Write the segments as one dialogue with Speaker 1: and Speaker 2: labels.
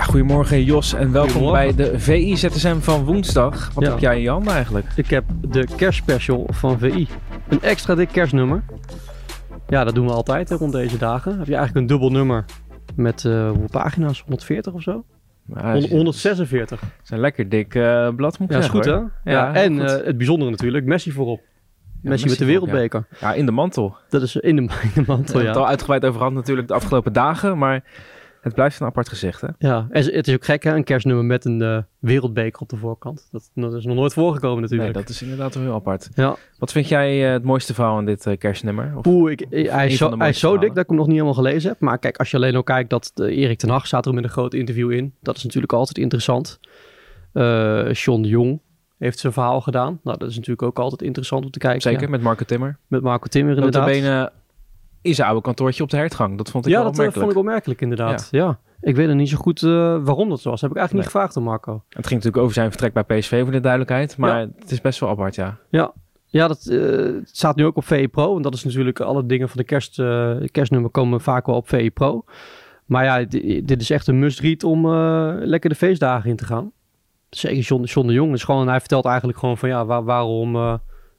Speaker 1: Goedemorgen Jos en welkom
Speaker 2: Goedemorgen.
Speaker 1: bij de VI ZSM van woensdag. Wat
Speaker 2: Ja.
Speaker 1: heb jij Jan eigenlijk?
Speaker 2: Ik heb de kerstspecial van VI. Een extra dik kerstnummer. Ja, dat doen we altijd hè, rond deze dagen. Heb je eigenlijk een dubbel nummer met eh, hoeveel pagina's? 140 of zo?
Speaker 1: Nou,
Speaker 2: Hond-
Speaker 1: het
Speaker 2: 146.
Speaker 1: is een lekker dik eh, blad moet ik
Speaker 2: Ja, is
Speaker 1: zeggen,
Speaker 2: goed hè?
Speaker 1: hoor.
Speaker 2: Ja,
Speaker 1: Ja,
Speaker 2: en
Speaker 1: goed.
Speaker 2: eh, het bijzondere natuurlijk, Messi voorop. Messi met
Speaker 1: Messi
Speaker 2: de Oh,
Speaker 1: voorop, ja.
Speaker 2: wereldbeker.
Speaker 1: Ja, in de mantel.
Speaker 2: Dat is in de, in de mantel,
Speaker 1: We hebben het
Speaker 2: ja.
Speaker 1: al uitgebreid over gehad natuurlijk de afgelopen dagen, maar het blijft een apart gezicht hè?
Speaker 2: ja. En ze- het is ook gek hè, een kerstnummer met een eh, wereldbeker op de voorkant. Dat, dat is nog nooit voorgekomen
Speaker 1: Nee,
Speaker 2: natuurlijk.
Speaker 1: dat is inderdaad wel heel apart.
Speaker 2: Ja.
Speaker 1: Wat vind jij eh, het mooiste verhaal aan dit eh, kerstnummer? Of-
Speaker 2: Oeh, ik, eh, hij,
Speaker 1: een
Speaker 2: is
Speaker 1: van
Speaker 2: zo,
Speaker 1: de
Speaker 2: hij is zo
Speaker 1: mooiste
Speaker 2: dik dat ik hem nog niet helemaal gelezen heb. Maar kijk, als je alleen al kijkt dat eh, Erik ten Hag staat er met een groot interview in. Dat is natuurlijk altijd interessant. Eh John de Jong heeft zijn verhaal gedaan. Nou, dat is natuurlijk ook altijd interessant om te kijken.
Speaker 1: Zeker,
Speaker 2: ja.
Speaker 1: met Marco Timmer.
Speaker 2: Met Marco Timmer inderdaad.
Speaker 1: Notabene in zijn oude kantoortje op de hertgang. Dat vond ik
Speaker 2: ja,
Speaker 1: wel
Speaker 2: dat eh,
Speaker 1: opmerkelijk.
Speaker 2: vond ik opmerkelijk inderdaad. Ja. Ik weet er niet zo goed eh, waarom dat zo was. Heb ik eigenlijk
Speaker 1: Nee.
Speaker 2: niet gevraagd aan Marco.
Speaker 1: Het ging natuurlijk over zijn vertrek bij PSV voor de duidelijkheid, maar het is best wel apart ja.
Speaker 2: Ja, ja dat eh, het staat nu ook op VE Pro. En dat is natuurlijk alle dingen van de kerst, eh, kerstnummer komen vaak wel op VE Pro. Maar ja, di- dit is echt een must-read om eh, lekker de feestdagen in te gaan. Zeker John, John de Jong is gewoon... Hij vertelt eigenlijk gewoon van ja, waar- waarom, eh,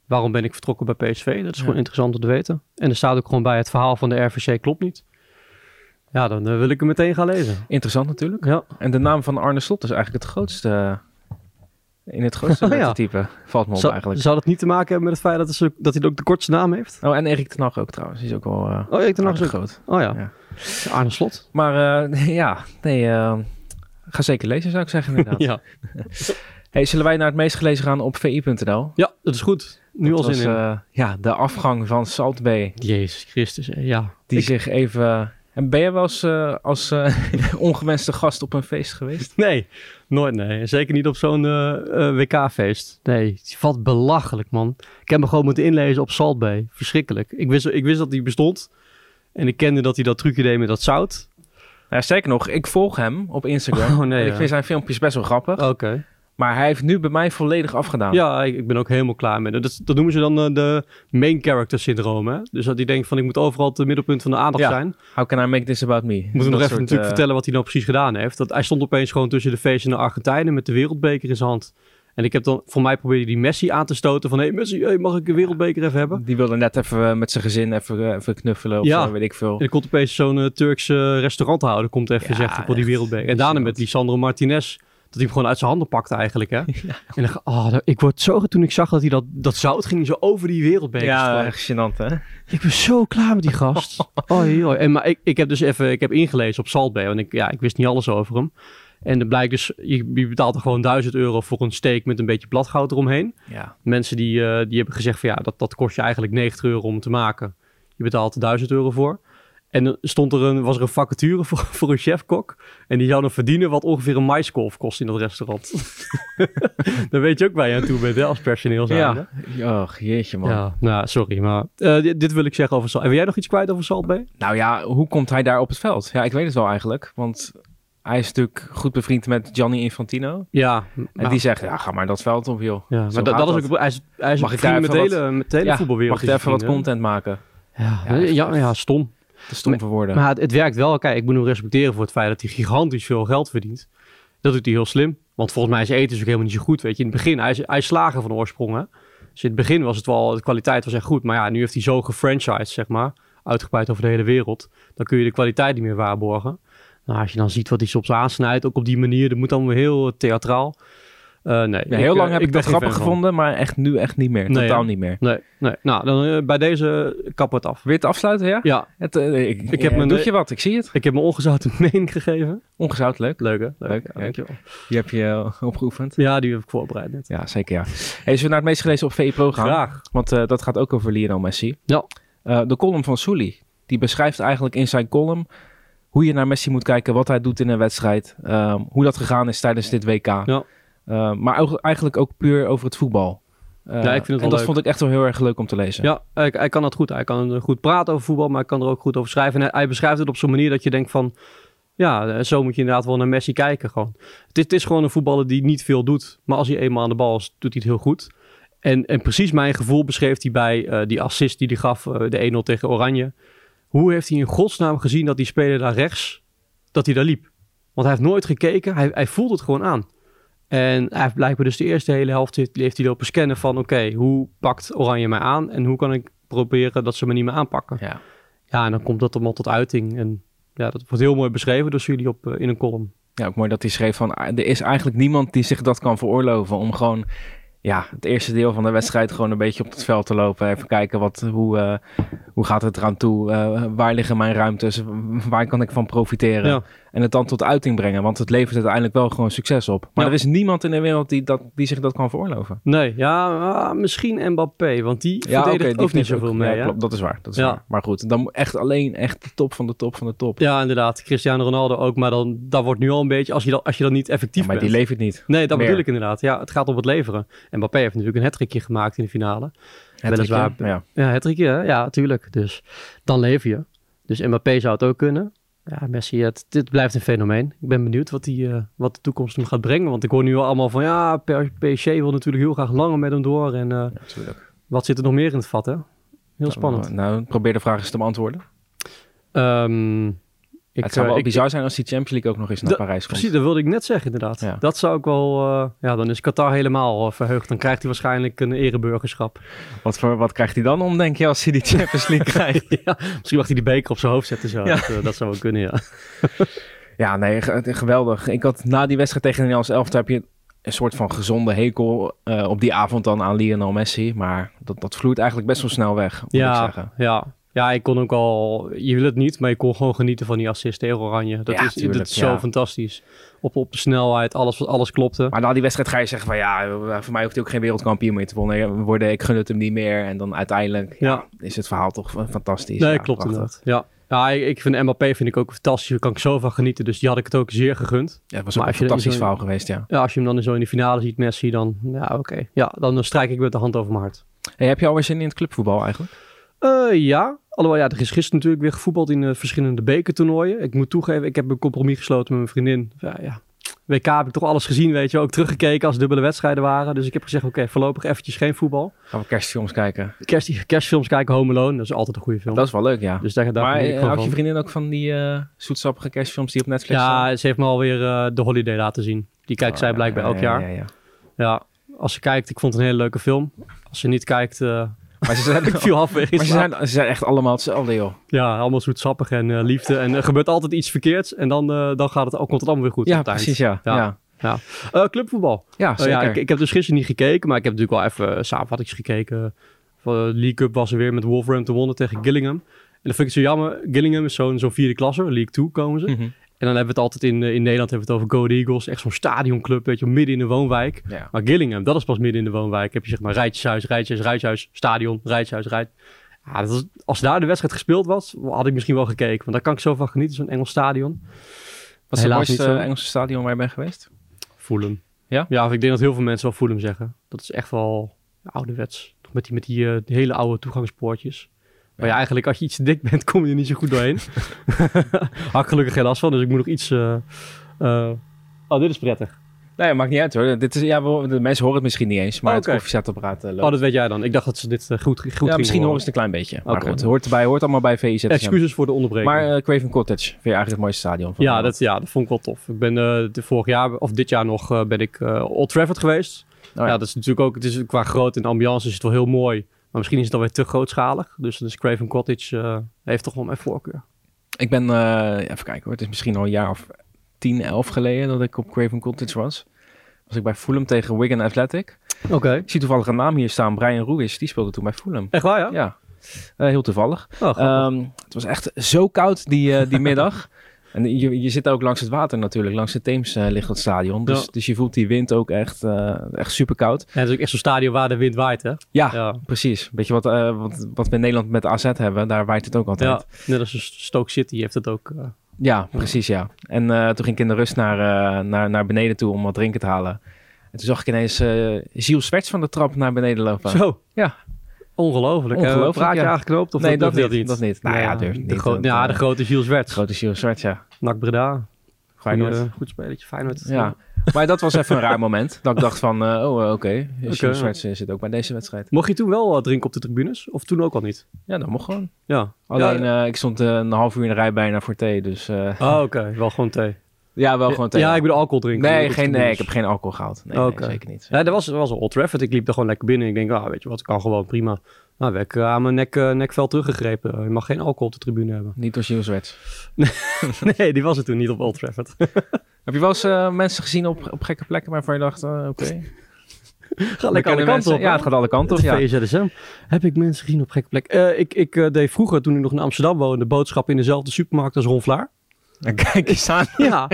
Speaker 2: waarom ben ik vertrokken bij PSV? Dat is gewoon
Speaker 1: Ja.
Speaker 2: interessant om te weten. En er staat ook gewoon bij het verhaal van de RVC klopt niet. Ja, dan eh, wil ik hem meteen gaan lezen.
Speaker 1: Interessant natuurlijk.
Speaker 2: Ja,
Speaker 1: En de naam van Arne Slot is eigenlijk het grootste. eh, In het grootste
Speaker 2: Oh, ja.
Speaker 1: lettertype valt me op
Speaker 2: zou,
Speaker 1: eigenlijk.
Speaker 2: zou dat niet te maken hebben met het feit dat, ze- dat hij ook de kortste naam heeft?
Speaker 1: Oh, en Erik ten Hag ook trouwens. Die is ook wel eh
Speaker 2: Oh, ja, ik dacht nog
Speaker 1: aardig
Speaker 2: eens-
Speaker 1: groot.
Speaker 2: Oh ja.
Speaker 1: Ja.
Speaker 2: Arne Slot.
Speaker 1: Maar eh, ja, nee, eh, ga zeker lezen zou ik zeggen inderdaad.
Speaker 2: Ja.
Speaker 1: hey, zullen wij naar het meest gelezen gaan op vi.nl?
Speaker 2: Ja, dat is goed. Nu
Speaker 1: Dat
Speaker 2: al
Speaker 1: was,
Speaker 2: zin in.
Speaker 1: eh, ja, de afgang van Salt B.
Speaker 2: Jezus Christus, hè. ja.
Speaker 1: Die
Speaker 2: Ik-
Speaker 1: zich even... eh, En ben je wel eens eh, als eh, ongewenste gast op een feest geweest?
Speaker 2: Nee, nooit nee. Zeker niet op zo'n eh, eh, WK-feest. Nee, wat belachelijk man. Ik heb me gewoon moeten inlezen op Salt Bay. Verschrikkelijk. Ik wist, ik wist dat die bestond. En ik kende dat hij dat trucje deed met dat zout.
Speaker 1: Nou, sterker nog, ik volg hem op Instagram.
Speaker 2: Oh, nee,
Speaker 1: en ik
Speaker 2: ja.
Speaker 1: vind zijn filmpjes best wel grappig.
Speaker 2: Oké.
Speaker 1: Maar hij heeft nu bij mij volledig afgedaan.
Speaker 2: Ja, ik, ik ben ook helemaal klaar met het. Dat, dat noemen ze dan eh, de main character syndroom. Hè? Dus dat hij denkt van ik moet overal het middelpunt van de aandacht
Speaker 1: Ja.
Speaker 2: zijn.
Speaker 1: How can I make this about me?
Speaker 2: Moeten we nog
Speaker 1: Dat
Speaker 2: even
Speaker 1: soort,
Speaker 2: natuurlijk
Speaker 1: eh,
Speaker 2: vertellen wat hij nou precies gedaan heeft. Dat hij stond opeens gewoon tussen de feesten en de Argentijnen met de wereldbeker in zijn hand. En ik heb dan, voor mij probeerde die Messi aan te stoten van, hé hey Messi, hey, mag ik een wereldbeker even hebben?
Speaker 1: Die wilde net even eh, met zijn gezin even, eh, even knuffelen of
Speaker 2: Ja.
Speaker 1: zo, weet ik veel.
Speaker 2: En er komt opeens zo'n eh, Turkse restauranthouder, komt even
Speaker 1: Ja,
Speaker 2: zegt voor die
Speaker 1: echt.
Speaker 2: wereldbeker. En daarna met die Sandro Martinez, dat hij hem gewoon uit zijn handen pakt eigenlijk, hè. En dan, ga- oh, daar- ik word zo, ge- toen ik zag dat hij dat, dat zout ging, hij zo over die wereldbeker.
Speaker 1: Ja, eh, echt gênant hè?
Speaker 2: Ik ben zo klaar met die gast. Oh, joh. En, maar ik, ik heb dus even ik heb ingelezen op Saltbay, want ik, ja, ik wist niet alles over hem. En dan blijkt dus, je, je betaalt er gewoon 1000 euro voor een steak met een beetje bladgoud eromheen.
Speaker 1: Ja.
Speaker 2: Mensen die, eh, die hebben gezegd van ja, dat, dat kost je eigenlijk 90 euro om te maken. Je betaalt er 1000 euro voor. En dan stond er een, was er een vacature voor, voor een chefkok. En die zou dan verdienen wat ongeveer een maiskolf kost in dat restaurant. dan weet je ook waar je aan toe bent hè, als personeel zijn.
Speaker 1: Ja. Och, jeetje man.
Speaker 2: Ja, nou, sorry, maar eh, dit, dit wil ik zeggen over Salt. Wil jij nog iets kwijt over Salt Bay?
Speaker 1: Nou ja, hoe komt hij daar op het veld? Ja, ik weet het wel eigenlijk, want... Hij is natuurlijk goed bevriend met Gianni Infantino.
Speaker 2: Ja,
Speaker 1: En die zegt, ja, ga maar dat veld op, joh.
Speaker 2: Nou, ja,
Speaker 1: Zo
Speaker 2: maar dat,
Speaker 1: gaat
Speaker 2: dat is ook, hij is, hij is
Speaker 1: Mag
Speaker 2: een
Speaker 1: ik daar
Speaker 2: vriend met de
Speaker 1: even
Speaker 2: hele, met de hele
Speaker 1: Ja,
Speaker 2: voetbalwereld.
Speaker 1: Mag ik daar even
Speaker 2: is
Speaker 1: wat
Speaker 2: hij
Speaker 1: content
Speaker 2: vriend,
Speaker 1: maken?
Speaker 2: hè?
Speaker 1: Ja,
Speaker 2: Ja,
Speaker 1: echt,
Speaker 2: ja,
Speaker 1: echt.
Speaker 2: ja, stom.
Speaker 1: Te stom voor woorden.
Speaker 2: Maar het, het werkt wel. Kijk, ik moet hem respecteren voor het feit dat hij gigantisch veel geld verdient. Dat doet hij heel slim. Want volgens mij is eten dus ook helemaal niet zo goed, weet je. In het begin, hij is, hij is slager van oorsprong, hè. Dus in het begin was het wel, de kwaliteit was echt goed. Maar ja, nu heeft hij zo gefranchised, zeg maar. Uitgebreid over de hele wereld. Dan kun je de kwaliteit niet meer waarborgen. Nou, als je dan ziet wat hij soms aansnijdt, ook op die manier. Dat moet dan weer heel eh, theatraal. Eh, nee,
Speaker 1: Ja, heel
Speaker 2: ik,
Speaker 1: lang
Speaker 2: eh,
Speaker 1: heb ik
Speaker 2: ben
Speaker 1: dat
Speaker 2: geen
Speaker 1: grappig
Speaker 2: fan van.
Speaker 1: gevonden, maar echt nu echt niet meer.
Speaker 2: Nee,
Speaker 1: Totaal
Speaker 2: hè?
Speaker 1: niet meer.
Speaker 2: Nee, nee. Nou, dan eh, bij deze kappen we het af.
Speaker 1: Weer het afsluiten, ja?
Speaker 2: Ja,
Speaker 1: Het, eh, ik,
Speaker 2: Ik heb
Speaker 1: eh,
Speaker 2: mijn-
Speaker 1: Doet je wat, ik zie het.
Speaker 2: ik heb mijn ongezouten mening gegeven.
Speaker 1: Ongezout, leuk.
Speaker 2: Leuk, hè?
Speaker 1: Leuk,
Speaker 2: ja,
Speaker 1: leuk.
Speaker 2: dankjewel.
Speaker 1: Die heb je eh, opgeoefend.
Speaker 2: Ja, die heb ik voorbereid net.
Speaker 1: Ja, zeker ja. Hey, zullen we naar het meest gelezen op VE Pro gaan?
Speaker 2: Graag.
Speaker 1: Want eh, dat gaat ook over Lionel Messi.
Speaker 2: Ja.
Speaker 1: Eh, de column van Souli. Die beschrijft eigenlijk in zijn column hoe je naar Messi moet kijken, wat hij doet in een wedstrijd, ehm, hoe dat gegaan is tijdens dit WK.
Speaker 2: Ja.
Speaker 1: Eh, maar ook, eigenlijk ook puur over het voetbal. Eh,
Speaker 2: Ja, ik vind het wel
Speaker 1: en dat
Speaker 2: leuk.
Speaker 1: vond ik echt wel heel erg leuk om te lezen.
Speaker 2: Ja, hij, hij kan dat goed. Hij kan eh, goed praten over voetbal, maar hij kan er ook goed over schrijven. En hij, hij beschrijft het op zo'n manier dat je denkt van... Ja, eh, zo moet je inderdaad wel naar Messi kijken gewoon. Het is, het is gewoon een voetballer die niet veel doet. Maar als hij eenmaal aan de bal is, doet hij het heel goed. En, en precies mijn gevoel beschreef hij bij eh, die assist die hij gaf, eh, de 1-0 tegen Oranje. Hoe heeft hij in godsnaam gezien dat die speler daar rechts, dat hij daar liep? Want hij heeft nooit gekeken. Hij, hij voelt het gewoon aan. En hij heeft blijkbaar dus de eerste hele helft heeft, heeft hij lopen scannen van... oké, hoe pakt Oranje mij aan en hoe kan ik proberen dat ze me niet meer aanpakken?
Speaker 1: Ja.
Speaker 2: Ja, en dan komt dat allemaal tot uiting. En ja, dat wordt heel mooi beschreven door jullie op, eh, in een column.
Speaker 1: ja, ook mooi dat hij schreef van... ah, er is eigenlijk niemand die zich dat kan veroorloven om gewoon... Ja, het eerste deel van de wedstrijd gewoon een beetje op het veld te lopen. Even kijken wat, hoe, eh, hoe gaat het eraan toe? Eh, waar liggen mijn ruimtes? Waar kan ik van profiteren?
Speaker 2: Ja.
Speaker 1: En het dan tot uiting brengen. Want het levert uiteindelijk wel gewoon succes op. Maar
Speaker 2: Ja.
Speaker 1: er is niemand in de wereld die, dat, die zich dat kan veroorloven.
Speaker 2: Nee, ja, ah, misschien Mbappé, want die verdedigt
Speaker 1: oké, die
Speaker 2: ook niet
Speaker 1: verdient
Speaker 2: zoveel
Speaker 1: ook-
Speaker 2: mee.
Speaker 1: ja,
Speaker 2: hè?
Speaker 1: klopt, dat is waar. Dat is
Speaker 2: Ja.
Speaker 1: waar. Maar goed, dan echt alleen echt de top van de top van de top.
Speaker 2: Ja, inderdaad. Cristiano Ronaldo ook. Maar dan, dat wordt nu al een beetje, als je dan, als je dan niet effectief
Speaker 1: maar die
Speaker 2: bent.
Speaker 1: levert niet.
Speaker 2: nee, dat
Speaker 1: meer.
Speaker 2: bedoel ik inderdaad. Ja, het gaat om het leveren. En Mbappé heeft natuurlijk een hattrickje gemaakt in de finale. Weliswaar.
Speaker 1: Hattrickje, Ja.
Speaker 2: Ja, hattrickje, hè? ja, tuurlijk. Dus dan lever je. Dus Mbappé zou het ook kunnen. Ja, Messi, het, dit blijft een fenomeen. Ik ben benieuwd wat, die, eh, wat de toekomst hem gaat brengen. Want ik hoor nu al allemaal van, ja, P- PSG wil natuurlijk heel graag langer met hem door. En eh,
Speaker 1: natuurlijk.
Speaker 2: wat zit er nog meer in het vat, hè? Heel spannend.
Speaker 1: Nou, probeer de vraag eens te beantwoorden.
Speaker 2: Ehm, ik,
Speaker 1: het zou
Speaker 2: eh,
Speaker 1: wel
Speaker 2: ik-
Speaker 1: bizar zijn als die Champions League ook nog eens naar
Speaker 2: Dat-
Speaker 1: Parijs komt.
Speaker 2: Precies, dat wilde ik net zeggen inderdaad.
Speaker 1: Ja.
Speaker 2: Dat zou ik wel... eh, ja, dan is Qatar helemaal eh, verheugd. Dan krijgt hij waarschijnlijk een ereburgerschap.
Speaker 1: Wat, voor, wat krijgt hij dan om, denk je, als hij die Champions League krijgt?
Speaker 2: ja, misschien mag hij die beker op zijn hoofd zetten zo. Dat, eh, dat zou wel kunnen, ja.
Speaker 1: Ja, nee, ge- het- geweldig. Ik had na die wedstrijd tegen de Nederlands elftal heb je een soort van gezonde hekel eh, op die avond dan aan Lionel Messi. Maar dat, dat vloeit eigenlijk best wel snel weg, moet ik zeggen.
Speaker 2: Ja, ja. Ja, ik kon ook al... Je wil het niet, maar je kon gewoon genieten van die assist tegen Oranje. Dat
Speaker 1: Ja,
Speaker 2: is,
Speaker 1: tuurlijk,
Speaker 2: dat is zo
Speaker 1: ja.
Speaker 2: fantastisch. Op, op de snelheid, alles, alles klopte.
Speaker 1: Maar na die wedstrijd ga je zeggen van ja, eh, voor mij hoeft hij ook geen wereldkampioen meer te wonnen- worden. Ik gun het hem niet meer. En dan uiteindelijk
Speaker 2: Ja,
Speaker 1: is het verhaal toch eh, fantastisch.
Speaker 2: nee,
Speaker 1: Ja,
Speaker 2: klopt
Speaker 1: prachtig.
Speaker 2: inderdaad. Ja. Ja, ik ik vind Mbappé vind ik ook fantastisch. Daar kan ik zo van genieten. Dus die had ik het ook zeer gegund.
Speaker 1: Ja, het was
Speaker 2: Maar
Speaker 1: ook een
Speaker 2: als je er
Speaker 1: fantastisch
Speaker 2: zo-
Speaker 1: verhaal geweest, ja.
Speaker 2: Ja, als je hem dan zo in de finale ziet, Messi, dan... Ja, oké. Ja, dan eh, strijk ik met de hand over mijn hart.
Speaker 1: Hey, heb je alweer zin in het clubvoetbal eigenlijk?
Speaker 2: Eh, ja, alhoewel ja, er is gisteren natuurlijk weer gevoetbald in eh, verschillende bekertoernooien. Ik moet toegeven, ik heb een compromis gesloten met mijn vriendin. Ja, ja. WK heb ik toch alles gezien, weet je. Ook teruggekeken als er dubbele wedstrijden waren. Dus ik heb gezegd, oké, voorlopig eventjes geen voetbal.
Speaker 1: Gaan we kerstfilms kijken?
Speaker 2: Kerst, kerstfilms kijken, Home Alone, dat is altijd een goede film.
Speaker 1: Dat is wel leuk, ja.
Speaker 2: Dus daar, daar
Speaker 1: maar
Speaker 2: geniet ik
Speaker 1: eh,
Speaker 2: gewoon
Speaker 1: houdt je
Speaker 2: van.
Speaker 1: vriendin ook van die eh zoetsappige kerstfilms die op Netflix staan?
Speaker 2: Ja, ze heeft me alweer eh The Holiday laten zien. Die kijkt zij
Speaker 1: Oh,
Speaker 2: blijkbaar
Speaker 1: ja,
Speaker 2: elk
Speaker 1: ja,
Speaker 2: jaar.
Speaker 1: ja, ja.
Speaker 2: Ja, als ze kijkt, ik vond het een hele leuke film. Als ze niet kijkt, eh
Speaker 1: Maar ze zijn,
Speaker 2: ik viel halfweg in
Speaker 1: maar ze
Speaker 2: slaap.
Speaker 1: zijn, ze zijn echt allemaal hetzelfde, joh.
Speaker 2: Ja, allemaal zoetsappig en eh, liefde. En er gebeurt altijd iets verkeerds. En dan, eh, dan gaat het, komt het allemaal weer goed.
Speaker 1: Ja,
Speaker 2: op het eind.
Speaker 1: precies, ja. Ja,
Speaker 2: Ja.
Speaker 1: ja.
Speaker 2: Eh, clubvoetbal. Eh,
Speaker 1: zeker.
Speaker 2: ja, ik, ik heb dus gisteren niet gekeken. Maar ik heb natuurlijk wel even eh, samenvattings gekeken. Van de League Cup was er weer met Wolverhampton wonnen tegen Gillingham. En dat vind ik zo jammer. Gillingham is zo'n zo'n vierde klasse. League 2 komen ze.
Speaker 1: Mhm.
Speaker 2: En dan hebben we het altijd in, eh, in Nederland hebben we het over Go The Eagles. Echt zo'n stadionclub, weet je, midden in de woonwijk.
Speaker 1: ja.
Speaker 2: Maar Gillingham, dat is pas midden in de woonwijk. Heb je zeg maar rijtjeshuis, rijtjeshuis, rijtjeshuis, stadion, rijtjeshuis, rijt. Ja, dat is- als daar de wedstrijd gespeeld was, had ik misschien wel gekeken. Want daar kan ik zo van genieten, zo'n Engels stadion.
Speaker 1: Wat is het
Speaker 2: Helaas niet
Speaker 1: mooiste
Speaker 2: zo.
Speaker 1: eh, Engelse stadion waar je bent geweest?
Speaker 2: Fulham.
Speaker 1: Ja?
Speaker 2: Ja, ik denk dat heel veel mensen wel Fulham zeggen. Dat is echt wel ouderwets. Toch Met die, met die eh, die hele oude toegangspoortjes. Maar ja, eigenlijk als je iets te dik bent, kom je er niet zo goed doorheen. Had ik gelukkig geen last van, dus ik moet nog iets... eh, eh, Oh, dit is prettig.
Speaker 1: Nee, maakt niet uit hoor. Dit is, ja, we- de mensen horen het misschien niet eens, maar
Speaker 2: Oh, oké.
Speaker 1: het koffiezetapparaat eh, loopt.
Speaker 2: Oh, dat weet jij dan. Ik dacht dat ze dit eh, goed, goed
Speaker 1: ja,
Speaker 2: gingen
Speaker 1: misschien horen
Speaker 2: horen.
Speaker 1: ze het een klein beetje. Maar
Speaker 2: Oké.
Speaker 1: goed, het hoort erbij, hoort allemaal bij VIZ.
Speaker 2: Excuses voor de onderbreking.
Speaker 1: Maar eh, Craven Cottage vind je eigenlijk het mooiste stadion van
Speaker 2: ja,
Speaker 1: Nederland?
Speaker 2: dat, ja, dat vond ik wel tof. Ik ben eh, de vorig jaar, of dit jaar nog, eh, ben ik eh, Old Trafford geweest.
Speaker 1: Oh ja.
Speaker 2: ja. dat is natuurlijk ook, het is qua grootte en ambiance is het wel heel mooi. Maar misschien is het alweer te grootschalig. Dus dan is Craven Cottage, eh, heeft toch wel mijn voorkeur.
Speaker 1: Ik ben, eh, even kijken hoor, het is misschien al een jaar of 10, 11 geleden dat ik op Craven Cottage was. Was ik bij Fulham tegen Wigan Athletic.
Speaker 2: Oké.
Speaker 1: Ik zie toevallig een naam hier staan, Brian Ruiz, die speelde toen bij Fulham.
Speaker 2: Echt waar, ja?
Speaker 1: Ja, Eh, heel toevallig.
Speaker 2: Oh, grappig.
Speaker 1: Ehm, het was echt zo koud die, eh, die middag. En je, je zit daar ook langs het water natuurlijk, langs de Theems eh, ligt het stadion. Dus,
Speaker 2: Ja.
Speaker 1: dus je voelt die wind ook echt, eh, echt super koud.
Speaker 2: Ja, het is ook echt zo'n stadion waar de wind waait, hè?
Speaker 1: Ja,
Speaker 2: Ja.
Speaker 1: precies. Beetje wat, eh, wat, wat we in Nederland met AZ hebben, daar waait het ook altijd.
Speaker 2: Ja, net als een Stoke City heeft het ook. eh.
Speaker 1: Ja, precies, ja. En eh, toen ging ik in de rust naar, eh, naar, naar beneden toe om wat drinken te halen. En toen zag ik ineens eh Gilles Swerts van de trap naar beneden lopen.
Speaker 2: Zo.
Speaker 1: Ja.
Speaker 2: Ongelooflijk. hè?
Speaker 1: Ongelooflijk,
Speaker 2: Praat je
Speaker 1: ja.
Speaker 2: aangeknoopt? Of
Speaker 1: Nee, dat
Speaker 2: durft
Speaker 1: niet,
Speaker 2: hij
Speaker 1: dat niet. Nou ja, durft
Speaker 2: De
Speaker 1: niet,
Speaker 2: gro-
Speaker 1: want,
Speaker 2: ja,
Speaker 1: eh,
Speaker 2: de grote Gilles Werts.
Speaker 1: Grote Gilles Swerts, ja.
Speaker 2: Nak Breda.
Speaker 1: Feyenoord.
Speaker 2: Goeie, eh, Goed spelletje. Feyenoord.
Speaker 1: Ja. Maar dat was even een raar moment. Dat ik dacht van, eh, oh, eh, oké. Gilles
Speaker 2: Oké.
Speaker 1: Swerts eh, zit ook bij deze wedstrijd.
Speaker 2: Mocht je toen wel eh, drinken op de tribunes? Of toen ook al niet?
Speaker 1: Ja, dat mocht gewoon.
Speaker 2: Ja.
Speaker 1: Alleen,
Speaker 2: Ja,
Speaker 1: eh, ik stond eh, een half uur in de rij bijna voor thee. Dus eh,
Speaker 2: oh, oké. Ah, Wel gewoon thee.
Speaker 1: Ja, wel gewoon tegen.
Speaker 2: Ja, ik bedoel alcohol drinken.
Speaker 1: nee,
Speaker 2: Dat
Speaker 1: geen,
Speaker 2: bedoel
Speaker 1: nee,
Speaker 2: ik.
Speaker 1: ik heb geen alcohol gehaald. Nee,
Speaker 2: Oké.
Speaker 1: nee zeker niet.
Speaker 2: Ja, dat was, dat was een Old Trafford. Ik liep daar gewoon lekker binnen. Ik denk, ah, weet je wat, ik kan gewoon prima. Nou, werd ik eh, aan mijn nek, eh, nekvel teruggegrepen. Eh, je mag geen alcohol op de tribune hebben.
Speaker 1: Niet door Zielswets.
Speaker 2: nee, die was het toen niet op Old Trafford.
Speaker 1: Heb je wel eens eh, mensen gezien op, op gekke plekken waarvan je dacht, eh, oké.
Speaker 2: Ga
Speaker 1: Dan
Speaker 2: lekker alle
Speaker 1: kunnen
Speaker 2: kanten
Speaker 1: mensen-
Speaker 2: op. eh,
Speaker 1: Ja, het gaat alle kanten op.
Speaker 2: ja.
Speaker 1: Ja.
Speaker 2: VZSM. Heb ik mensen gezien op gekke plek? Eh, ik ik eh, deed vroeger, toen ik nog in Amsterdam woonde, boodschappen in dezelfde supermarkt als Ron Vlaar.
Speaker 1: Dan Kijk eens aan.
Speaker 2: Ja,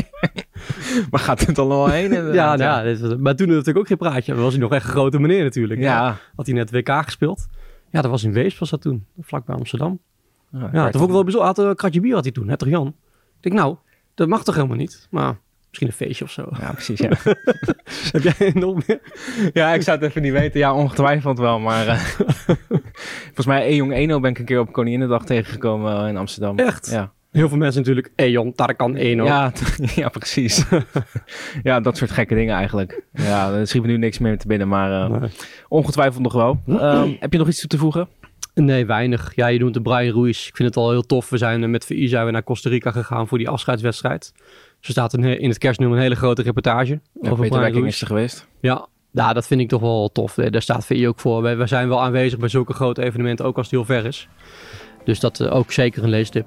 Speaker 1: Waar gaat dit allemaal heen?
Speaker 2: ja,
Speaker 1: inderdaad?
Speaker 2: nou ja, dit was- maar toen natuurlijk ook geen praatje. Dan was hij nog echt een grote meneer natuurlijk.
Speaker 1: Ja.
Speaker 2: Had hij net WK gespeeld. Ja, dat was in Weesp was dat toen, vlakbij Amsterdam.
Speaker 1: Ja,
Speaker 2: Ja, dat vond ik wel bijzonder. Hij Had een kratje bier had hij toen, hè, toch Jan? Ik denk, nou, dat mag toch helemaal niet? Maar misschien een feestje of zo.
Speaker 1: Ja, precies. Ja.
Speaker 2: Heb jij nog meer?
Speaker 1: ja, ik zou het even niet weten. Ja, ongetwijfeld wel. Maar eh, volgens mij, Ejong Eno ben ik een keer op Koninginnedag tegengekomen eh, in Amsterdam.
Speaker 2: Echt?
Speaker 1: Ja,
Speaker 2: Heel veel mensen natuurlijk, Eon, Tarkan, Eno.
Speaker 1: ja, t- ja precies. ja, dat soort gekke dingen eigenlijk. Ja, daar schiet me nu niks meer te binnen, maar eh,
Speaker 2: Nee.
Speaker 1: ongetwijfeld nog wel. Ehm, heb je nog iets toe te voegen?
Speaker 2: Nee, weinig. Ja, je noemt de Brian Ruiz. Ik vind het al heel tof. We zijn eh, met VI zijn we naar Costa Rica gegaan voor die afscheidswedstrijd. Zo staat een he- in het kerstnummer een hele grote reportage
Speaker 1: Ja,
Speaker 2: over
Speaker 1: Peter
Speaker 2: Brian
Speaker 1: Lekking
Speaker 2: Ruiz.
Speaker 1: is er geweest.
Speaker 2: Ja, nou, dat vind ik toch wel tof. Eh, Daar staat VI ook voor. We, we zijn wel aanwezig bij zulke grote evenementen, ook als het heel ver is. Dus dat eh, ook zeker een leestip.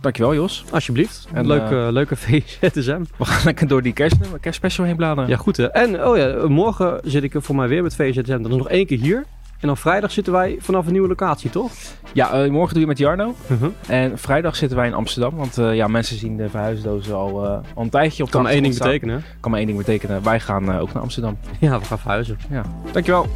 Speaker 1: Dankjewel, Jos.
Speaker 2: Alsjeblieft.
Speaker 1: En,
Speaker 2: leuke, leuke VZSM.
Speaker 1: We gaan lekker door die kerstnummer- kerstspecial heen bladeren.
Speaker 2: Ja, goed hè. En oh ja, morgen zit ik er voor mij weer met VZSM. Dat is nog één keer hier. En dan vrijdag zitten wij vanaf een nieuwe locatie, toch?
Speaker 1: Ja, eh, morgen doe je met Jarno. En vrijdag zitten wij in Amsterdam. Want eh, ja, mensen zien de verhuisdozen al, eh, al een tijdje op
Speaker 2: Kan
Speaker 1: de
Speaker 2: maar één ding
Speaker 1: achtergrond
Speaker 2: betekenen.
Speaker 1: staan. Kan maar één ding betekenen. Wij gaan eh, ook naar Amsterdam.
Speaker 2: Ja, we gaan verhuizen.
Speaker 1: Dankjewel.